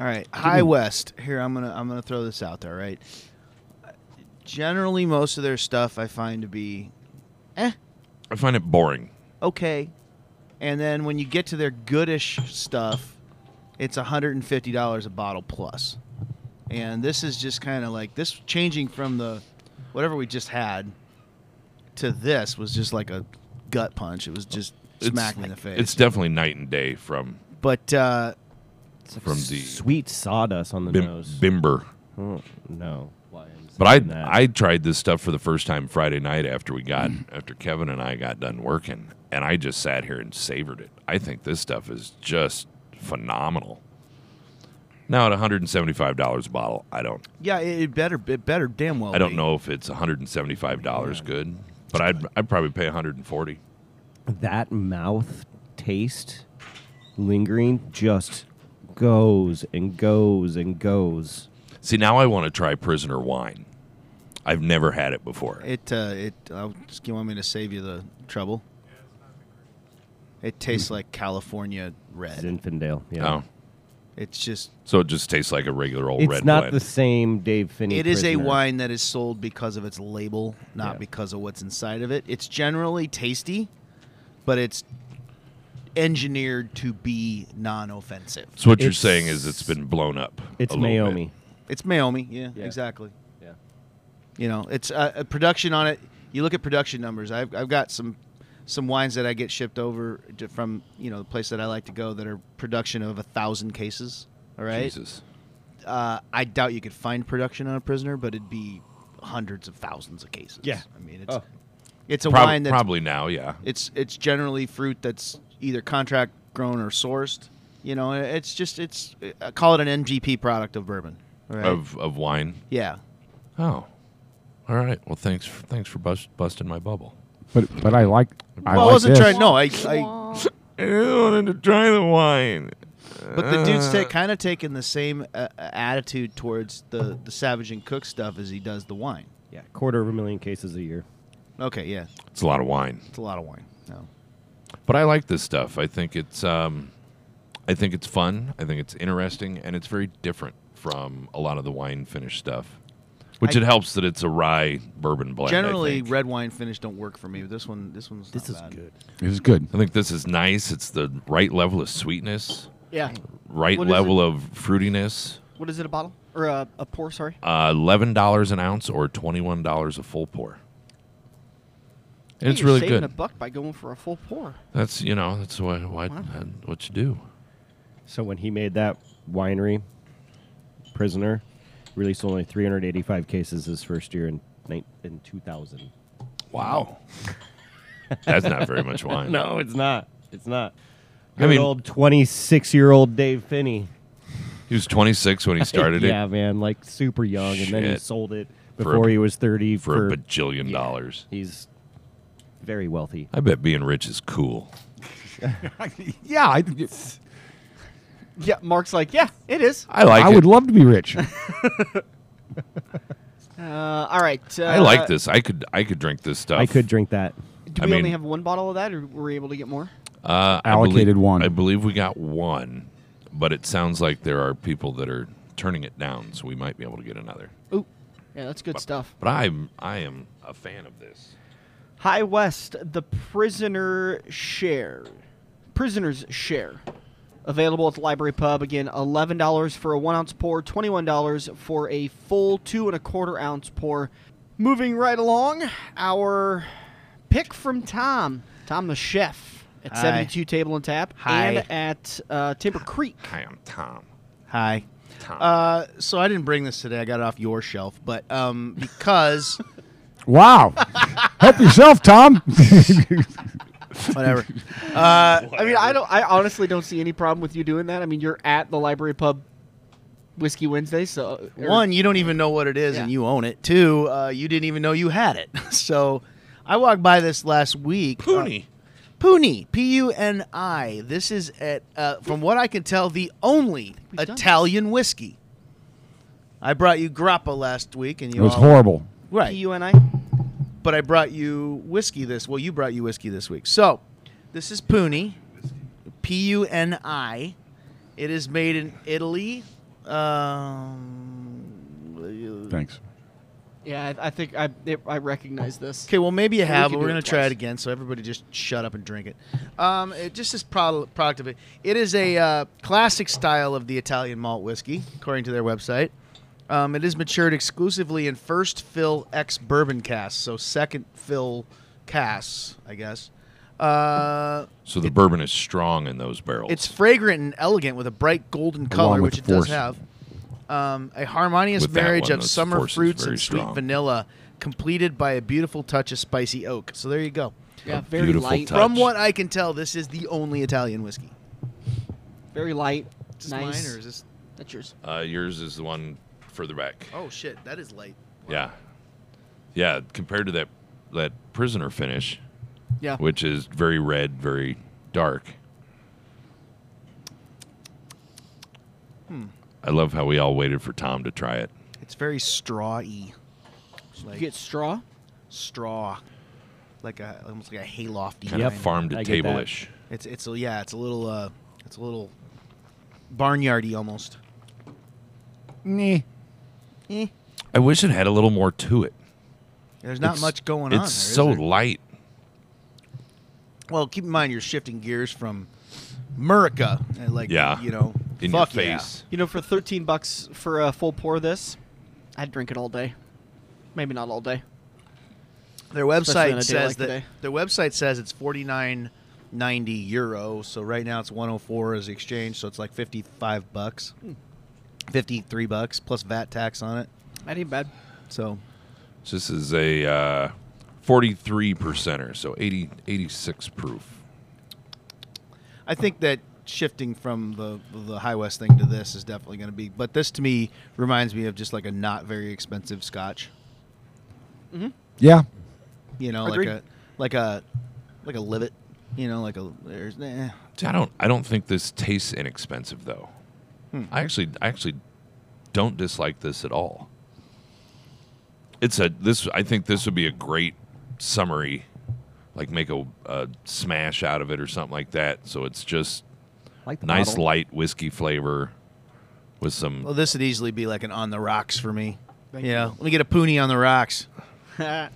Speaker 4: All right, High West. Here, I'm gonna I'm gonna throw this out there. Right. Generally, most of their stuff I find to be, eh,
Speaker 3: I find it boring.
Speaker 4: okay. And then when you get to their goodish stuff, it's $150 a bottle plus. And this is just kind of like this changing from the whatever we just had to this was just like a gut punch. It was just
Speaker 3: It's-
Speaker 4: smack me in the face.
Speaker 3: It's definitely night and day from
Speaker 4: but uh,
Speaker 3: from the
Speaker 5: sweet sawdust on the
Speaker 3: bim-
Speaker 5: nose.
Speaker 3: bimber.
Speaker 5: Oh, no. Why am
Speaker 3: But I
Speaker 5: saying that? Mm.
Speaker 3: I tried this stuff for the first time Friday night after we got after Kevin and I got done working, and I just sat here and savored it. I think this stuff is just phenomenal. Now at one hundred and seventy five dollars a bottle, I don't
Speaker 4: yeah, it, it better it better damn well.
Speaker 3: I don't
Speaker 4: be.
Speaker 3: know if it's one hundred and seventy five dollars good, but I'd I'd probably pay one hundred and forty.
Speaker 5: that mouth taste lingering just goes and goes and goes.
Speaker 3: See, now I want to try Prisoner Wine. I've never had it before.
Speaker 4: It uh, it uh, just you want me to save you the trouble. It tastes like California red.
Speaker 5: Zinfandel. Yeah.
Speaker 3: Oh,
Speaker 4: It's just
Speaker 3: so it just tastes like a regular old
Speaker 5: It's
Speaker 3: red
Speaker 5: not
Speaker 3: blend.
Speaker 5: the same Dave Finney.
Speaker 4: It is a
Speaker 5: prisoner.
Speaker 4: wine that is sold because of its label, not
Speaker 5: Yeah.
Speaker 4: because of what's inside of it. It's generally tasty, but it's engineered to be non-offensive.
Speaker 3: so what you're
Speaker 5: it's-
Speaker 3: saying is it's been blown up.
Speaker 5: It's
Speaker 3: a little bit.
Speaker 5: Naomi.
Speaker 4: It's Mayomi, yeah,
Speaker 5: Yeah.
Speaker 4: exactly.
Speaker 5: Yeah.
Speaker 4: You know, it's uh, uh, production on it. You look at production numbers. I've, I've got some some wines that I get shipped over to, from you know the place that I like to go that are production of a thousand cases. All right.
Speaker 3: Jesus.
Speaker 4: uh, I doubt you could find production on a prisoner, but it'd be hundreds of thousands of cases.
Speaker 5: Yeah.
Speaker 4: I mean it's
Speaker 5: Oh.
Speaker 4: it's a
Speaker 3: Prob-
Speaker 4: wine that's
Speaker 3: probably now, yeah.
Speaker 4: it's it's generally fruit that's either contract grown or sourced. You know, it's just it's uh, call it an MGP product of bourbon. all
Speaker 5: Oh.
Speaker 4: Right?
Speaker 3: of of wine.
Speaker 4: yeah,
Speaker 3: Oh, all right. Well, thanks for, thanks for bust, busting my bubble.
Speaker 2: But but I like. I,
Speaker 4: Well, I
Speaker 2: like
Speaker 4: wasn't
Speaker 2: this.
Speaker 4: trying. No, I. I
Speaker 3: I wanted to try the wine.
Speaker 4: but the dude's ta- kind of taking the same uh, uh, attitude towards the the Savage and Cook stuff as he does the wine.
Speaker 5: Yeah. Quarter of a million cases a year.
Speaker 4: Okay, yeah,
Speaker 3: It's a lot of wine,
Speaker 4: it's a lot of wine. No.
Speaker 3: but I like this stuff. I think it's um, I think it's fun. I think it's interesting, and it's very different from a lot of the wine finish stuff. Which
Speaker 4: I-
Speaker 3: it helps that it's a rye bourbon blend. I
Speaker 4: Generally,
Speaker 3: think.
Speaker 4: red wine finish don't work for me, but this one, this one's not bad.
Speaker 2: This is good.
Speaker 3: I think this is nice. It's the right level of sweetness,
Speaker 1: Yeah.
Speaker 3: right
Speaker 1: What is
Speaker 3: level of fruitiness.
Speaker 1: What is it? A bottle or a, a pour? Sorry.
Speaker 3: uh, eleven dollars an ounce or twenty one dollars a full pour. And
Speaker 1: Hey,
Speaker 3: it's
Speaker 1: you're
Speaker 3: really
Speaker 1: saving
Speaker 3: good.
Speaker 1: a buck by going for a full pour.
Speaker 3: That's you know that's why why
Speaker 1: Wow.
Speaker 3: uh, what you do.
Speaker 5: So when he made that winery, prisoner, released only 385 cases his first year in, nine in 2000.
Speaker 3: Wow, that's not very much wine.
Speaker 5: No, it's not. It's not.
Speaker 3: I
Speaker 5: Good
Speaker 3: mean-
Speaker 5: old 26 year old Dave Finney.
Speaker 3: he was twenty six when he started
Speaker 5: yeah,
Speaker 3: it
Speaker 5: man, like super young, and then he
Speaker 3: Shit.
Speaker 5: sold it
Speaker 3: For a
Speaker 5: before
Speaker 3: b-
Speaker 5: he was 30
Speaker 3: for, a bajillion
Speaker 5: yeah.
Speaker 3: dollars.
Speaker 5: He's very wealthy.
Speaker 3: I bet being rich is cool.
Speaker 2: Yeah, I,
Speaker 1: Yeah. Mark's like, yeah, it is.
Speaker 3: I like.
Speaker 2: I
Speaker 3: it.
Speaker 2: would love to be rich.
Speaker 1: Uh, all right. Uh,
Speaker 3: I like this. I could. I could drink this stuff.
Speaker 5: I could drink that.
Speaker 1: Do
Speaker 3: I
Speaker 1: we only
Speaker 3: mean-
Speaker 1: have one bottle of that, or were we able to get more?
Speaker 3: Uh, I
Speaker 2: Allocated
Speaker 3: believe-
Speaker 2: one.
Speaker 3: I believe we got one, but it sounds like there are people that are turning it down, so we might be able to get another.
Speaker 1: Ooh, yeah, that's good stuff.
Speaker 3: But I'm. I am a fan of this.
Speaker 1: High West, the prisoner share. Prisoner's share. Available at the Library Pub. Again, eleven dollars for a one ounce pour, twenty one dollars for a full two and a quarter ounce pour. Moving right along, our pick from Tom, Tom the chef at
Speaker 4: Hi.
Speaker 1: seventy two Table and Tap,
Speaker 4: Hi.
Speaker 1: and at uh, Timber Creek.
Speaker 3: Hi, I'm Tom.
Speaker 4: Hi.
Speaker 3: Tom.
Speaker 4: Uh, so I didn't bring this today. I got it off your shelf, but um, because
Speaker 2: Wow. Help yourself, Tom.
Speaker 4: whatever. Uh,
Speaker 1: I mean, I don't. I honestly don't see any problem with you doing that. I mean, you're at the Library Pub Whiskey Wednesday, so or-
Speaker 4: One, you don't even know what it is
Speaker 1: Yeah.
Speaker 4: and you own it. Two, uh, you didn't even know you had it. so I walked by this last week.
Speaker 3: Pooney.
Speaker 4: Uh, Puni. P U N I. This is at, uh, from what I can tell, the only
Speaker 1: we've done this.
Speaker 4: Italian whiskey. I brought you grappa last week, and
Speaker 2: it
Speaker 4: you
Speaker 2: was
Speaker 4: all-
Speaker 2: horrible.
Speaker 4: Right,
Speaker 1: P-U-N-I.
Speaker 4: but I brought you whiskey this. Well, you brought you whiskey this week. So this is Puni, P U N I. It is made in Italy. Um,
Speaker 2: Thanks.
Speaker 1: Yeah, I, I think I it, I recognize this.
Speaker 4: Okay, well maybe you
Speaker 1: We can
Speaker 4: have, but
Speaker 1: do
Speaker 4: we're
Speaker 1: it
Speaker 4: gonna try
Speaker 1: twice.
Speaker 4: it again. So everybody just shut up and drink it. Um, it just is product product of it. It is a uh, classic style of the Italian malt whiskey, according to their website. Um, it is matured exclusively in first fill ex bourbon casks, so second fill casks, I guess. Uh,
Speaker 3: So the bourbon is strong in those
Speaker 1: Oh.
Speaker 3: barrels.
Speaker 4: it's fragrant and elegant with a bright golden color,
Speaker 2: with
Speaker 4: which it
Speaker 2: the
Speaker 4: does have.
Speaker 2: force.
Speaker 4: Um, a harmonious
Speaker 3: With that
Speaker 4: marriage
Speaker 3: one,
Speaker 4: of
Speaker 3: those
Speaker 4: summer
Speaker 3: force is
Speaker 4: fruits
Speaker 3: very
Speaker 4: and sweet
Speaker 3: strong.
Speaker 4: vanilla, completed by a beautiful touch of spicy oak. So there you go.
Speaker 1: Yeah,
Speaker 3: A
Speaker 1: very
Speaker 3: beautiful
Speaker 1: light,
Speaker 3: touch.
Speaker 4: From what I can tell, this is the only Italian whiskey.
Speaker 1: very light,
Speaker 4: Is this
Speaker 1: nice.
Speaker 4: mine or is this?
Speaker 1: That's yours.
Speaker 3: uh, yours is the one further back.
Speaker 4: Oh shit, that is light.
Speaker 3: Yeah, yeah. Compared to that that prisoner finish,
Speaker 1: Yeah.
Speaker 3: which is very red, very dark.
Speaker 4: Hmm.
Speaker 3: I love how we all waited for Tom to try it.
Speaker 4: It's very strawy, like
Speaker 1: you get straw.
Speaker 4: straw, like a almost like a haylofty.
Speaker 3: Kind of
Speaker 4: kind.
Speaker 3: farm to
Speaker 5: I get that.
Speaker 3: table ish.
Speaker 4: It's it's a, yeah, it's a little uh, it's a little barnyardy almost.
Speaker 2: Nah.
Speaker 4: Eh,
Speaker 3: I wish it had a little more to it.
Speaker 4: there's not
Speaker 3: It's-
Speaker 4: much going on.
Speaker 3: It's
Speaker 4: there, is
Speaker 3: so
Speaker 4: there?
Speaker 3: light.
Speaker 4: Well, keep in mind you're shifting gears from Murica, and like
Speaker 3: Yeah.
Speaker 4: you know,
Speaker 3: In
Speaker 4: fuck
Speaker 3: your
Speaker 4: yeah.
Speaker 3: face.
Speaker 1: You know, for thirteen bucks for a full pour of this, I'd drink it all day. Maybe not all day.
Speaker 4: Their
Speaker 1: Especially on a day
Speaker 4: website says
Speaker 1: like
Speaker 4: that
Speaker 1: today.
Speaker 4: their website says it's forty nine ninety euro. So right now it's one hundred four as the exchange. So it's like fifty five bucks,
Speaker 1: Hmm.
Speaker 4: fifty three bucks plus VAT tax on it.
Speaker 1: That ain't bad.
Speaker 4: So
Speaker 3: So This is a uh, 43 percenter, so 80, 86 proof.
Speaker 4: I think that shifting from the the High West thing to this is definitely going to be. But this to me reminds me of just like a not very expensive Scotch.
Speaker 1: Mm-hmm.
Speaker 2: Yeah.
Speaker 4: You know,
Speaker 1: Agreed.
Speaker 4: like a like a like a livet. You know, like a there's eh.
Speaker 3: See, I don't. I don't think this tastes inexpensive though.
Speaker 1: Hmm.
Speaker 3: I actually, I actually don't dislike this at all. It's a this. I think this would be a great summary, like make a, a smash out of it or something like that. So it's just
Speaker 5: Like the
Speaker 3: nice
Speaker 5: bottle.
Speaker 3: light whiskey flavor with some.
Speaker 4: Well, this would easily be like an on the rocks for me.
Speaker 1: Thank
Speaker 4: yeah, let me get a poonie on the rocks.
Speaker 1: I'll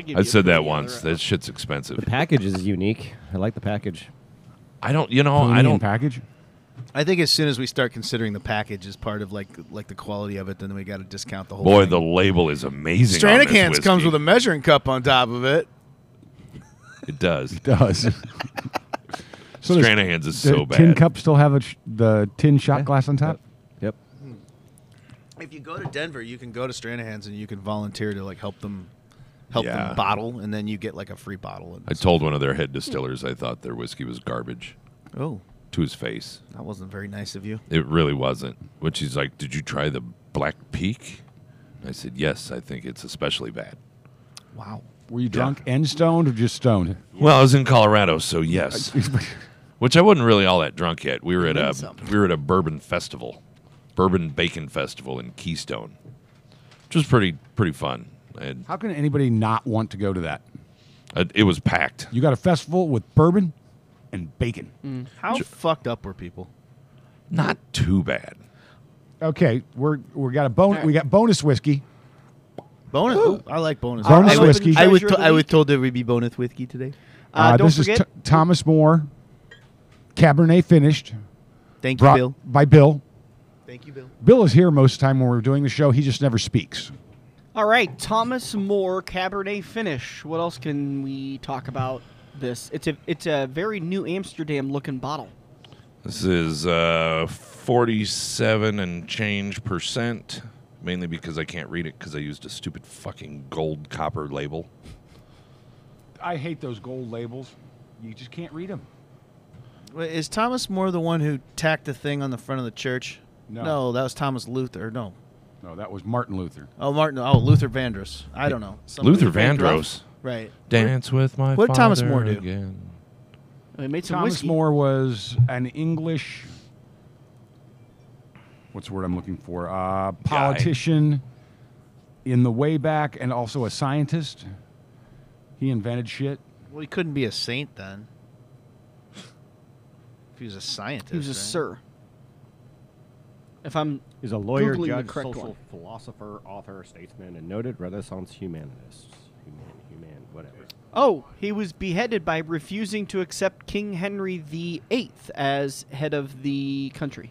Speaker 1: give you
Speaker 3: I
Speaker 1: a
Speaker 3: said
Speaker 1: pretty
Speaker 3: that
Speaker 1: other-
Speaker 3: once. That shit's expensive.
Speaker 5: The package is unique. I like the package.
Speaker 3: I don't. You know. Oh, I
Speaker 2: Pony
Speaker 3: don't.
Speaker 2: and package.
Speaker 4: I think as soon as we start considering the package as part of like like the quality of it, then we got to discount the whole.
Speaker 3: Boy,
Speaker 4: thing.
Speaker 3: the label is amazing. on this
Speaker 4: Stranicans comes
Speaker 3: whiskey.
Speaker 4: with a measuring cup on top of it.
Speaker 3: It does.
Speaker 2: Does. so does
Speaker 3: Stranahan's is
Speaker 2: the
Speaker 3: so bad.
Speaker 2: tin cup still have a sh- the tin shot glass on top?
Speaker 5: Yep.
Speaker 4: If you go to Denver, you can go to Stranahan's and you can volunteer to like help them help
Speaker 3: Yeah.
Speaker 4: them bottle, and then you get like a free bottle. And
Speaker 3: I told one of their head distillers I thought their whiskey was garbage
Speaker 4: oh,
Speaker 3: to his face.
Speaker 4: that wasn't very nice of you.
Speaker 3: It really wasn't. Which he's like, Did you try the Black Peak? I said, Yes, I think it's especially bad.
Speaker 4: Wow.
Speaker 2: Were you drunk and stoned or just stoned?
Speaker 3: Well, I was in Colorado, so yes. Which I wasn't really all that drunk yet. We were at
Speaker 4: Mean
Speaker 3: a
Speaker 4: something.
Speaker 3: we were at a bourbon festival, bourbon bacon festival in Keystone, which was pretty pretty fun. And
Speaker 2: How can anybody not want to go to that?
Speaker 3: uh, it was packed.
Speaker 2: You got a festival with bourbon and bacon.
Speaker 4: How fucked up were people?
Speaker 3: Not too bad.
Speaker 2: Okay, we're we got a bon- we got bonus whiskey.
Speaker 4: Bonus. I like bonus.
Speaker 2: Bonus
Speaker 4: I was-
Speaker 2: whiskey.
Speaker 4: I was
Speaker 1: Treasure of
Speaker 4: to-
Speaker 1: the
Speaker 4: I was
Speaker 1: week.
Speaker 4: told there would be bonus whiskey today.
Speaker 1: Uh, don't
Speaker 2: this
Speaker 1: forget.
Speaker 2: is T- Thomas More, Cabernet finished,
Speaker 4: Thank you,
Speaker 2: brought
Speaker 4: Bill.
Speaker 2: by Bill.
Speaker 4: Thank you, Bill.
Speaker 2: Bill is here most of the time when we're doing the show. He just never speaks.
Speaker 1: All right, Thomas More Cabernet finish. What else can we talk about? This it's a it's a very new Amsterdam looking bottle.
Speaker 3: This is uh, 47 and change percent, mainly because I can't read it because I used a stupid fucking gold copper label.
Speaker 2: I hate those gold labels. You just can't read them.
Speaker 4: Wait, Is Thomas More the one who tacked the thing on the front of the church?
Speaker 2: No.
Speaker 4: that was Thomas Luther. No.
Speaker 2: No, that was Martin Luther.
Speaker 4: Oh, Martin. Oh, Luther Vandross. I don't know. Somebody-
Speaker 3: Luther Vandross.
Speaker 4: Right.
Speaker 3: Dance with my
Speaker 4: What did Thomas
Speaker 3: father
Speaker 4: More do?
Speaker 3: again.
Speaker 1: They made some
Speaker 2: Thomas
Speaker 1: whiskey.
Speaker 2: More was an English. What's the word I'm looking for? Uh, politician in the way back, and also a scientist. He invented shit.
Speaker 4: Well, he couldn't be a saint then. If he was a scientist.
Speaker 1: He was a
Speaker 4: right?
Speaker 1: sir. If I'm
Speaker 5: He's a lawyer,
Speaker 1: Googling the
Speaker 5: judge,
Speaker 1: correct
Speaker 5: social
Speaker 1: one.
Speaker 5: philosopher, author, statesman, and noted Renaissance humanist. Human, human, whatever.
Speaker 1: oh, he was beheaded by refusing to accept King Henry VIII as head of the country.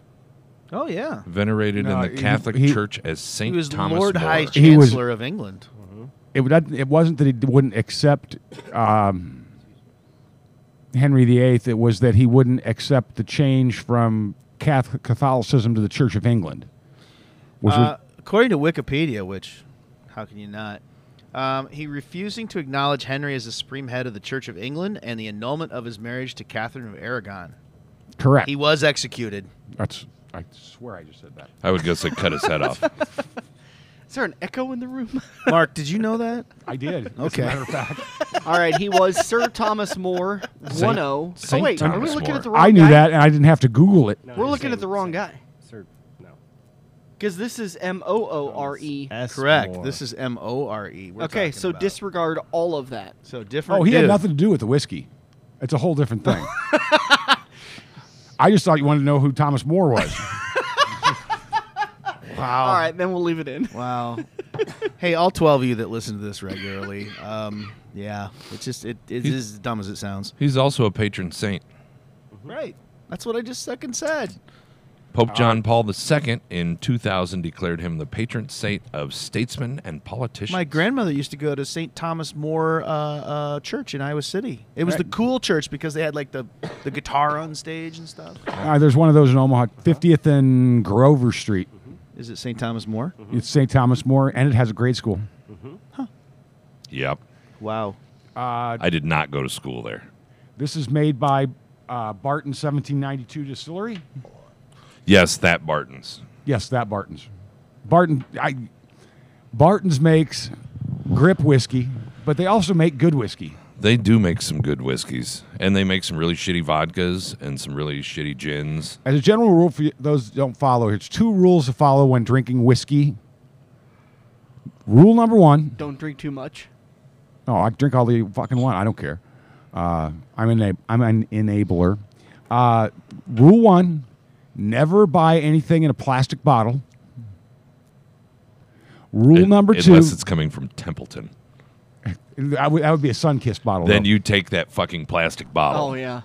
Speaker 4: Oh yeah.
Speaker 3: Venerated
Speaker 2: No,
Speaker 3: in
Speaker 2: he-
Speaker 3: the Catholic
Speaker 2: he-
Speaker 3: Church as Saint
Speaker 4: He was
Speaker 3: Thomas
Speaker 4: Lord
Speaker 3: More.
Speaker 4: High
Speaker 2: He was-
Speaker 4: Chancellor of England.
Speaker 2: It, would- it wasn't that he wouldn't accept um, Henry VIII. It was that he wouldn't accept the change from Catholic Catholicism to the Church of England. Which was,
Speaker 4: Uh, according to Wikipedia, which how can you not? Um, he refusing to acknowledge Henry as the supreme head of the Church of England and the annulment of his marriage to Catherine of Aragon.
Speaker 2: correct.
Speaker 4: He was executed.
Speaker 2: That's. I swear I just said that.
Speaker 3: I would guess they cut his head off.
Speaker 1: Is there an echo in the room?
Speaker 4: Mark, did you know that?
Speaker 2: I did. As a
Speaker 4: Okay.
Speaker 2: matter of fact,
Speaker 1: All right, he was Sir Thomas More, one oh. Oh
Speaker 3: Saint
Speaker 1: wait, are we
Speaker 3: Thomas
Speaker 1: looking
Speaker 3: More.
Speaker 1: at the wrong?
Speaker 2: I knew
Speaker 1: guy?
Speaker 2: that, and I didn't have to Google it.
Speaker 1: We're looking at the wrong guy
Speaker 5: Sir, no.
Speaker 1: because this is M O O R E.
Speaker 5: S
Speaker 4: Correct.
Speaker 5: more.
Speaker 4: This is M O R E. we're
Speaker 1: Okay,
Speaker 4: talking
Speaker 1: so
Speaker 4: about.
Speaker 1: disregard all of that.
Speaker 4: So different.
Speaker 2: Oh, he had
Speaker 4: dude.
Speaker 2: nothing to do with the whiskey. It's a whole different thing. I just thought you wanted to know who Thomas More was.
Speaker 4: Wow.
Speaker 1: All right, then Um, we'll leave it in.
Speaker 4: Wow. hey, all twelve of you that listen to this regularly, um, yeah, it's just it, it is as dumb as it sounds.
Speaker 3: He's also a patron saint.
Speaker 4: Right. That's what I just second said. Ah.
Speaker 3: Pope John Paul II in 2000 declared him the patron saint of statesmen and politicians.
Speaker 4: My grandmother used to go to St. Thomas More uh, uh, Church in Iowa City. It was the cool church because they had like the the guitar on stage and stuff.
Speaker 2: Uh, there's one of those in Omaha, 50th and Grover Street.
Speaker 4: Is it St. Thomas More?
Speaker 2: It's St. Thomas More, and it has a grade school.
Speaker 3: Yep.
Speaker 4: Wow.
Speaker 3: I did not go to school there.
Speaker 2: This is made by uh, Barton 1792 Distillery.
Speaker 3: Yes, that Barton's.
Speaker 2: Yes, that Barton's. Barton, I, Barton's makes grip whiskey, but they also make good whiskey.
Speaker 3: They do make some good whiskeys, and they make some really shitty vodkas and some really shitty gins.
Speaker 2: As a general rule for you, those that don't follow, it's two rules to follow when drinking whiskey. Rule number one:
Speaker 1: Don't drink too much.
Speaker 2: Oh, I drink all the fucking one. I don't care. Uh, I'm an I'm an enabler. Uh, rule one: Never buy anything in a plastic bottle. Rule
Speaker 3: Un-
Speaker 2: number two:
Speaker 3: Unless it's coming from Templeton.
Speaker 2: that would, that would be a sun-kissed bottle.
Speaker 3: Then
Speaker 2: though.
Speaker 3: you take that fucking plastic bottle.
Speaker 1: Oh yeah.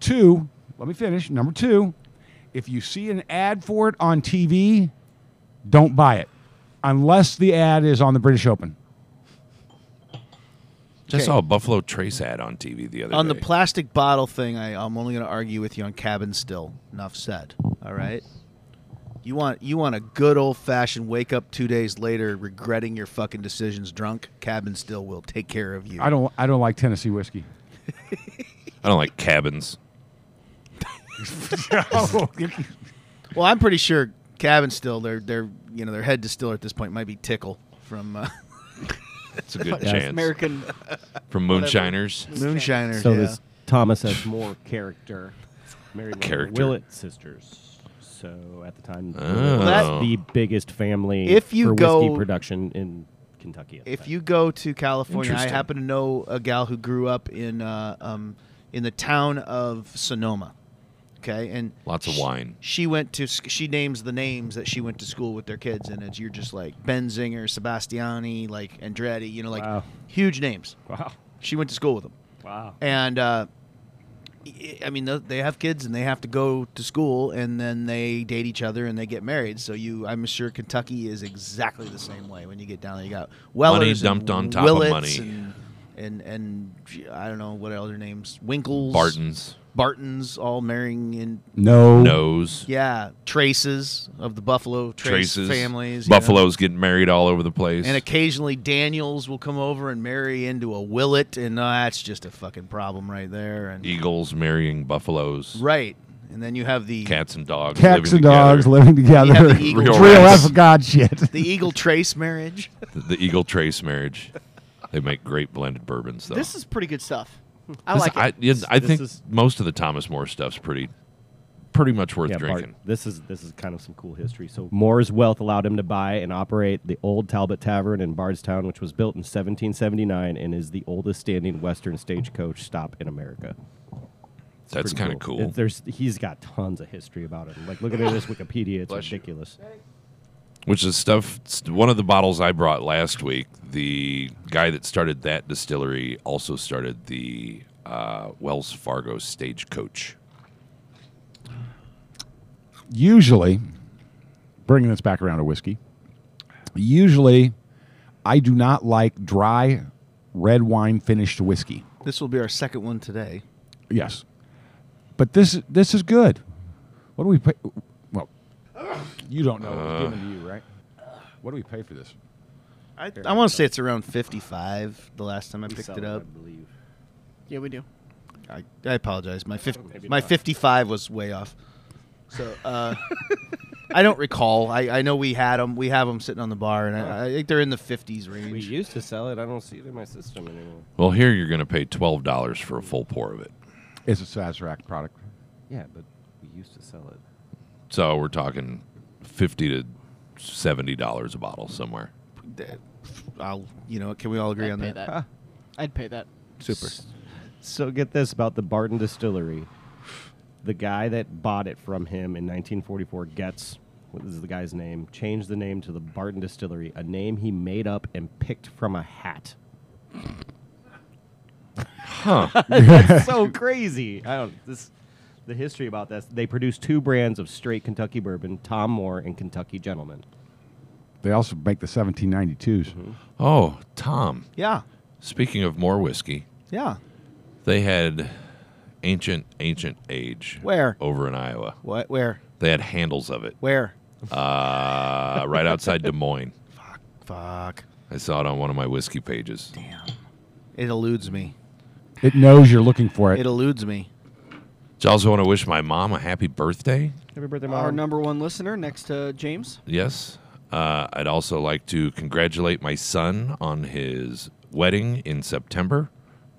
Speaker 2: two. Let me finish. Number two: If you see an ad for it on TV, don't buy it unless the ad is on the British Open.
Speaker 3: Just saw a Buffalo Trace ad on TV the other
Speaker 4: On
Speaker 3: day.
Speaker 4: the plastic bottle thing, I, I'm only going to argue with you on cabin still. Enough said. All right. You want you want a good old fashioned wake up two days later regretting your fucking decisions drunk? Cabin still will take care of you.
Speaker 2: I don't. I don't like Tennessee whiskey.
Speaker 3: I don't like cabins.
Speaker 4: Well, I'm pretty sure Cabin still their their you know their head distiller at this point might be Tickle from uh,
Speaker 3: It's a good
Speaker 5: Yes.
Speaker 3: chance.
Speaker 1: American.
Speaker 3: From Moonshiners.
Speaker 4: Moonshiner.
Speaker 5: So
Speaker 4: yeah.
Speaker 5: this Thomas S. Moore character, married
Speaker 3: Character.
Speaker 5: with the Willett sisters. So at the time,
Speaker 3: Oh.
Speaker 5: Willett
Speaker 4: That-
Speaker 5: was the biggest family
Speaker 4: If you
Speaker 5: for
Speaker 4: go-
Speaker 5: whiskey production in Kentucky. at the
Speaker 4: if
Speaker 5: time.
Speaker 4: you go to California, I
Speaker 3: Interesting.
Speaker 4: happen to know a gal who grew up in uh, um, in the town of Sonoma. Okay, and
Speaker 3: Lots of
Speaker 4: sh-
Speaker 3: wine.
Speaker 4: She went to sc- she names the names that she went to school with their kids, and it's you're just like Benzinger, Sebastiani, like Andretti, you know, like
Speaker 5: Wow.
Speaker 4: huge names.
Speaker 5: wow,
Speaker 4: She went to school with them.
Speaker 5: wow,
Speaker 4: and uh, I- I mean, th- they have kids and they have to go to school, and then they date each other and they get married. So you, I'm sure Kentucky is exactly the same way. When you get down there, you got Wellers and
Speaker 3: dumped on top of
Speaker 4: Willets
Speaker 3: money.
Speaker 4: and and, and gee, I don't know what other names, Winkles,
Speaker 3: Barton's
Speaker 4: Bartons, all marrying in
Speaker 2: No.
Speaker 3: nose.
Speaker 4: yeah traces of the Buffalo trace
Speaker 3: Traces,
Speaker 4: families, you know.
Speaker 3: Buffaloes getting married all over the place.
Speaker 4: And occasionally Daniels will come over and marry into a Willet, and uh, that's just a fucking problem right there. And
Speaker 3: Eagles marrying buffaloes,
Speaker 4: right, and then you have the
Speaker 3: cats and dogs.
Speaker 2: Cats
Speaker 3: living
Speaker 2: and dogs
Speaker 3: together.
Speaker 2: living
Speaker 4: You have
Speaker 2: together.
Speaker 4: the eagle
Speaker 2: it's real
Speaker 3: rats.
Speaker 2: F God shit.
Speaker 4: the Eagle Trace marriage.
Speaker 3: The eagle trace marriage. They make great blended bourbons though.
Speaker 1: This is pretty good stuff. I
Speaker 3: This-
Speaker 1: like
Speaker 3: I,
Speaker 1: it.
Speaker 3: yeah, I
Speaker 5: This
Speaker 3: think
Speaker 5: is-
Speaker 3: most of the Thomas More stuff's pretty, pretty much worth
Speaker 5: yeah, Bart,
Speaker 3: drinking.
Speaker 5: this is this is kind of some cool history. So Moore's wealth allowed him to buy and operate the old Talbot Tavern in Bardstown, which was built in 1779 and is the oldest standing Western stagecoach stop in America. It's
Speaker 3: That's
Speaker 5: pretty
Speaker 3: kind of cool.
Speaker 5: It- There's he's got tons of history about it. Like looking at this Wikipedia, it's
Speaker 3: Bless you.
Speaker 5: ridiculous.
Speaker 3: Which is stuff. s- One of the bottles I brought last week. The guy that started that distillery also started the uh, Wells Fargo Stagecoach.
Speaker 2: usually bringing this back around to whiskey usually i do not like dry red wine finished whiskey
Speaker 4: This will be our second one today.
Speaker 2: yes but this this is good what do we pay well you don't know what was given to you right what do we pay for this
Speaker 4: I, I want to say it's around 55 the last time I
Speaker 5: We
Speaker 4: picked
Speaker 5: sell
Speaker 4: it up.
Speaker 5: I believe.
Speaker 1: yeah, we do.
Speaker 4: I, I apologize. My fif-
Speaker 5: Maybe
Speaker 4: my
Speaker 5: not.
Speaker 4: 55 was way off. So uh, I don't recall. I, I know we had them. We have them sitting on the bar, and I, I think they're in the 50s
Speaker 5: We
Speaker 4: range.
Speaker 5: used to sell it. I don't see it in my system anymore.
Speaker 3: Well, here you're going to pay twelve dollars for a full pour of it.
Speaker 2: it's a sazerac product
Speaker 5: Yeah, but we used to sell it.
Speaker 3: So we're talking fifty to seventy dollars a bottle somewhere.
Speaker 4: That- I'll, you know, can we all agree
Speaker 1: I'd
Speaker 4: on
Speaker 1: pay
Speaker 4: that?
Speaker 1: that. I'd pay that.
Speaker 4: Super.
Speaker 5: So get this about the Barton Distillery. The guy that bought it from him in 1944, Getz, what is the guy's name, changed the name to the Barton Distillery, a name he made up and picked from a hat.
Speaker 3: Huh?
Speaker 5: That's so crazy. I don't this the history about this. They produce two brands of straight Kentucky bourbon, Tom Moore and Kentucky Gentleman.
Speaker 2: they also make the 1792s
Speaker 3: oh, Tom.
Speaker 4: Yeah.
Speaker 3: Speaking of more whiskey,
Speaker 4: Yeah.
Speaker 3: they had ancient, ancient age.
Speaker 4: Where?
Speaker 3: Over in Iowa,
Speaker 4: What? Where?
Speaker 3: they had handles of it.
Speaker 4: Where?
Speaker 3: Uh, right outside Des Moines.
Speaker 4: Fuck. Fuck.
Speaker 3: I saw it on one of my whiskey pages.
Speaker 4: Damn. It eludes me.
Speaker 2: it knows you're looking for
Speaker 4: It
Speaker 2: it
Speaker 4: eludes me.
Speaker 3: Do you also want to wish my mom a happy birthday?
Speaker 5: Happy birthday,
Speaker 1: Our
Speaker 5: Mom.
Speaker 1: number one listener next to James.
Speaker 3: Yes. Uh, I'd also like to congratulate my son on his wedding in September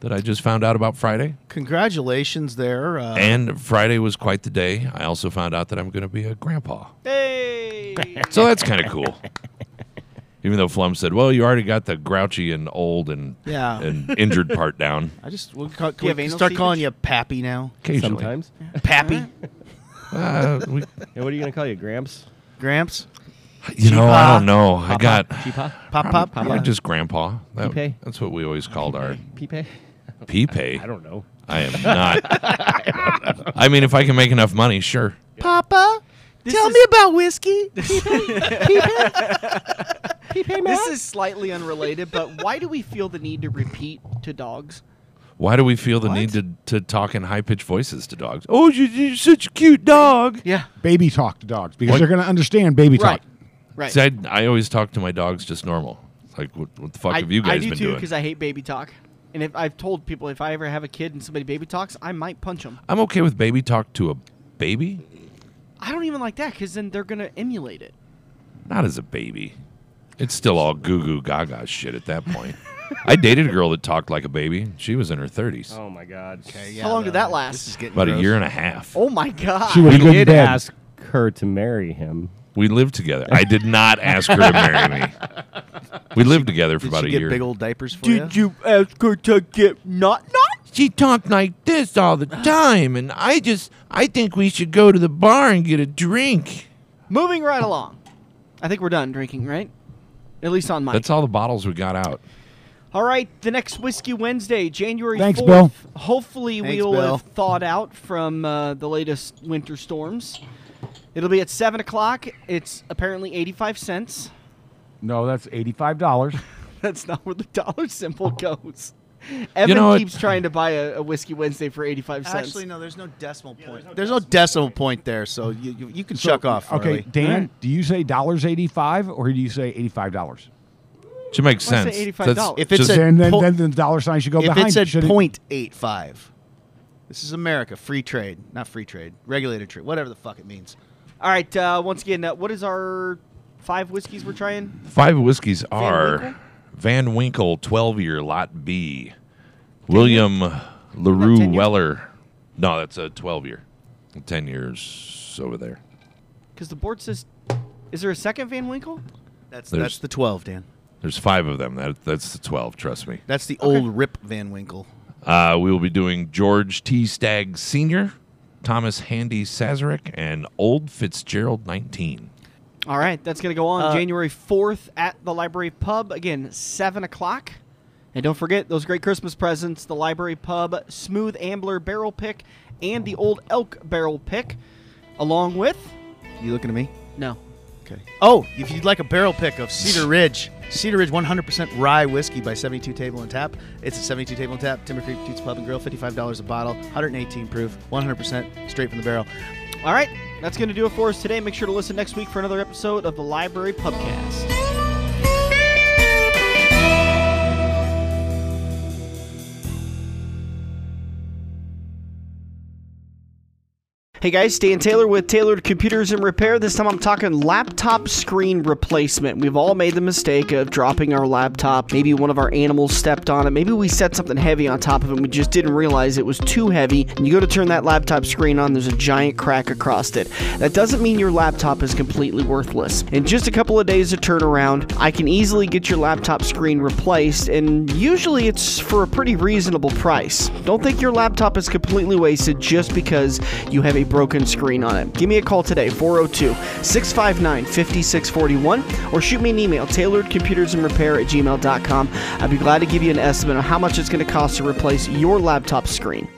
Speaker 3: that I just found out about Friday.
Speaker 4: Congratulations there. Uh,
Speaker 3: And Friday was quite the day. I also found out that I'm going to be a grandpa.
Speaker 1: Hey.
Speaker 3: So that's kind of cool. Even though Flum said, "Well, you already got the grouchy and old and
Speaker 4: Yeah.
Speaker 3: and injured part down."
Speaker 4: I just we'll call,
Speaker 1: Do you
Speaker 4: can
Speaker 1: have
Speaker 4: we
Speaker 1: anal
Speaker 4: start calling you
Speaker 1: seepage?
Speaker 4: Pappy now.
Speaker 3: Occasionally,
Speaker 5: Sometimes.
Speaker 4: Pappy,
Speaker 3: Uh, we,
Speaker 5: Hey, what are you gonna call you? Gramps?
Speaker 4: Gramps,
Speaker 3: you know, I
Speaker 4: Cheapa.
Speaker 3: don't know. I got
Speaker 5: Cheepa?
Speaker 4: Pop Pop.
Speaker 3: probably
Speaker 4: yeah.
Speaker 3: just grandpa. That-
Speaker 5: Pepe.
Speaker 3: that's what we always called our
Speaker 5: Pipe?
Speaker 3: Pepe.
Speaker 5: I don't know.
Speaker 3: I am not. I mean, if I can make enough money, sure.
Speaker 4: Papa. Tell
Speaker 1: is-
Speaker 4: me about whiskey.
Speaker 1: This is slightly unrelated, but why do we feel the need to repeat to dogs?
Speaker 3: Why do we feel the need to, to talk in high pitched voices to dogs? Oh, you, you're such a cute dog.
Speaker 1: Yeah.
Speaker 2: baby talk to dogs because
Speaker 3: What?
Speaker 2: they're going to understand baby
Speaker 1: Right.
Speaker 2: talk
Speaker 1: Right.
Speaker 3: See, I, I always talk to my dogs just normal. It's like, what, what the fuck
Speaker 1: I,
Speaker 3: have you
Speaker 1: I
Speaker 3: guys
Speaker 1: do
Speaker 3: been
Speaker 1: too
Speaker 3: doing?
Speaker 1: because I hate baby talk. And if I've told people if I ever have a kid and somebody baby talks, I might punch them.
Speaker 3: I'm okay with baby talk to a baby,
Speaker 1: I don't even like that because then they're gonna emulate it.
Speaker 3: not as a baby. It's still all goo goo gaga shit at that point. I dated a girl that talked like a baby. She was in her 30s,
Speaker 5: Oh my god.
Speaker 4: Okay, yeah,
Speaker 1: How long
Speaker 4: the-
Speaker 1: did that last?
Speaker 4: This is getting
Speaker 3: about a
Speaker 4: gross.
Speaker 3: year and a half.
Speaker 1: Oh my god!
Speaker 2: she was
Speaker 5: He
Speaker 2: good in
Speaker 5: did
Speaker 2: bed.
Speaker 5: ask her to marry him.
Speaker 3: We lived together. I did not ask her to marry me. We lived together for
Speaker 4: Did
Speaker 3: about
Speaker 4: she
Speaker 3: a
Speaker 4: get
Speaker 3: year.
Speaker 4: big old diapers for you?
Speaker 1: ask her to get not not?
Speaker 3: she talked like this all the time and i just i think we should go to the bar and get a drink
Speaker 1: Moving right along. I think we're done drinking, right? At least on my.
Speaker 3: that's all the bottles we got out
Speaker 1: All right, the next Whiskey Wednesday, January
Speaker 2: Thanks,
Speaker 1: 4th.
Speaker 2: Bill.
Speaker 1: Hopefully,
Speaker 4: Thanks,
Speaker 1: we'll
Speaker 4: Bill.
Speaker 1: have thawed out from uh, the latest winter storms. It'll be at 7 o'clock. It's apparently 85 cents.
Speaker 2: No, that's eighty-five dollars.
Speaker 1: That's not where the dollar
Speaker 4: Oh.
Speaker 1: symbol goes. Evan
Speaker 3: know, it-
Speaker 1: keeps trying to buy a, a Whiskey Wednesday for 85 cents.
Speaker 4: Actually, no. There's no decimal point. there's no decimal, point. there, so you you, you can chuck off. Farley.
Speaker 2: Okay, Dan, do you say dollars eighty-five or do you say eighty-five dollars?
Speaker 3: Which makes
Speaker 1: Why is it
Speaker 3: sense.
Speaker 1: $85?
Speaker 3: That's
Speaker 4: If it's
Speaker 3: just-
Speaker 4: a-
Speaker 2: Then, then,
Speaker 4: po-
Speaker 2: then the dollar sign should go
Speaker 4: if
Speaker 2: behind.
Speaker 4: it said
Speaker 2: should
Speaker 4: point eight five, this is America, free trade, not free trade, regulated trade, whatever the fuck it means.
Speaker 1: All right, uh, once again, uh, what is our five whiskeys we're trying?
Speaker 3: Five whiskeys are
Speaker 1: Winkle?
Speaker 3: Van Winkle 12 year lot B, William LaRue
Speaker 1: 10 year?
Speaker 3: Weller. No, that's a 12 year. 10 years over there.
Speaker 1: Because the board says, is there a second Van Winkle?
Speaker 4: That's
Speaker 3: There's-
Speaker 4: that's the twelve, Dan.
Speaker 3: There's five of them. That That's the 12, trust me.
Speaker 4: That's the old Rip Van Winkle.
Speaker 3: Uh, we will be doing George T. Stagg Sr., Thomas Handy Sazerac, and Old Fitzgerald 19.
Speaker 1: All right, that's going to go on
Speaker 4: Uh,
Speaker 1: January 4th at the Library Pub. Again, 7 o'clock. And don't forget those great Christmas presents the Library Pub Smooth Ambler Barrel Pick and the Old Elk Barrel Pick, along with.
Speaker 4: You looking at me?
Speaker 1: No.
Speaker 4: Okay. Oh, if you'd like a barrel pick of Cedar Ridge, Cedar Ridge 100% rye whiskey by 72 Table and Tap. It's a 72 Table and Tap, Timber Creek Toots Pub and Grill, $55 a bottle, 118 proof, 100% straight from the barrel.
Speaker 1: All right, that's going to do it for us today. Make sure to listen next week for another episode of the Library Pubcast. Hey guys, Dan Taylor with Tailored Computers and Repair. This time I'm talking laptop screen replacement. We've all made the mistake of dropping our laptop. Maybe one of our animals stepped on it. Maybe we set something heavy on top of it and we just didn't realize it was too heavy. And you go to turn that laptop screen on, there's a giant crack across it. That doesn't mean your laptop is completely worthless. In just a couple of days of turnaround, I can easily get your laptop screen replaced, and usually it's for a pretty reasonable price. Don't think your laptop is completely wasted just because you have a broken screen on it. Give me a call today, 402 659 5641, or shoot me an email, tailoredcomputersandrepair at gmail.com. I'd be glad to give you an estimate on how much it's going to cost to replace your laptop screen.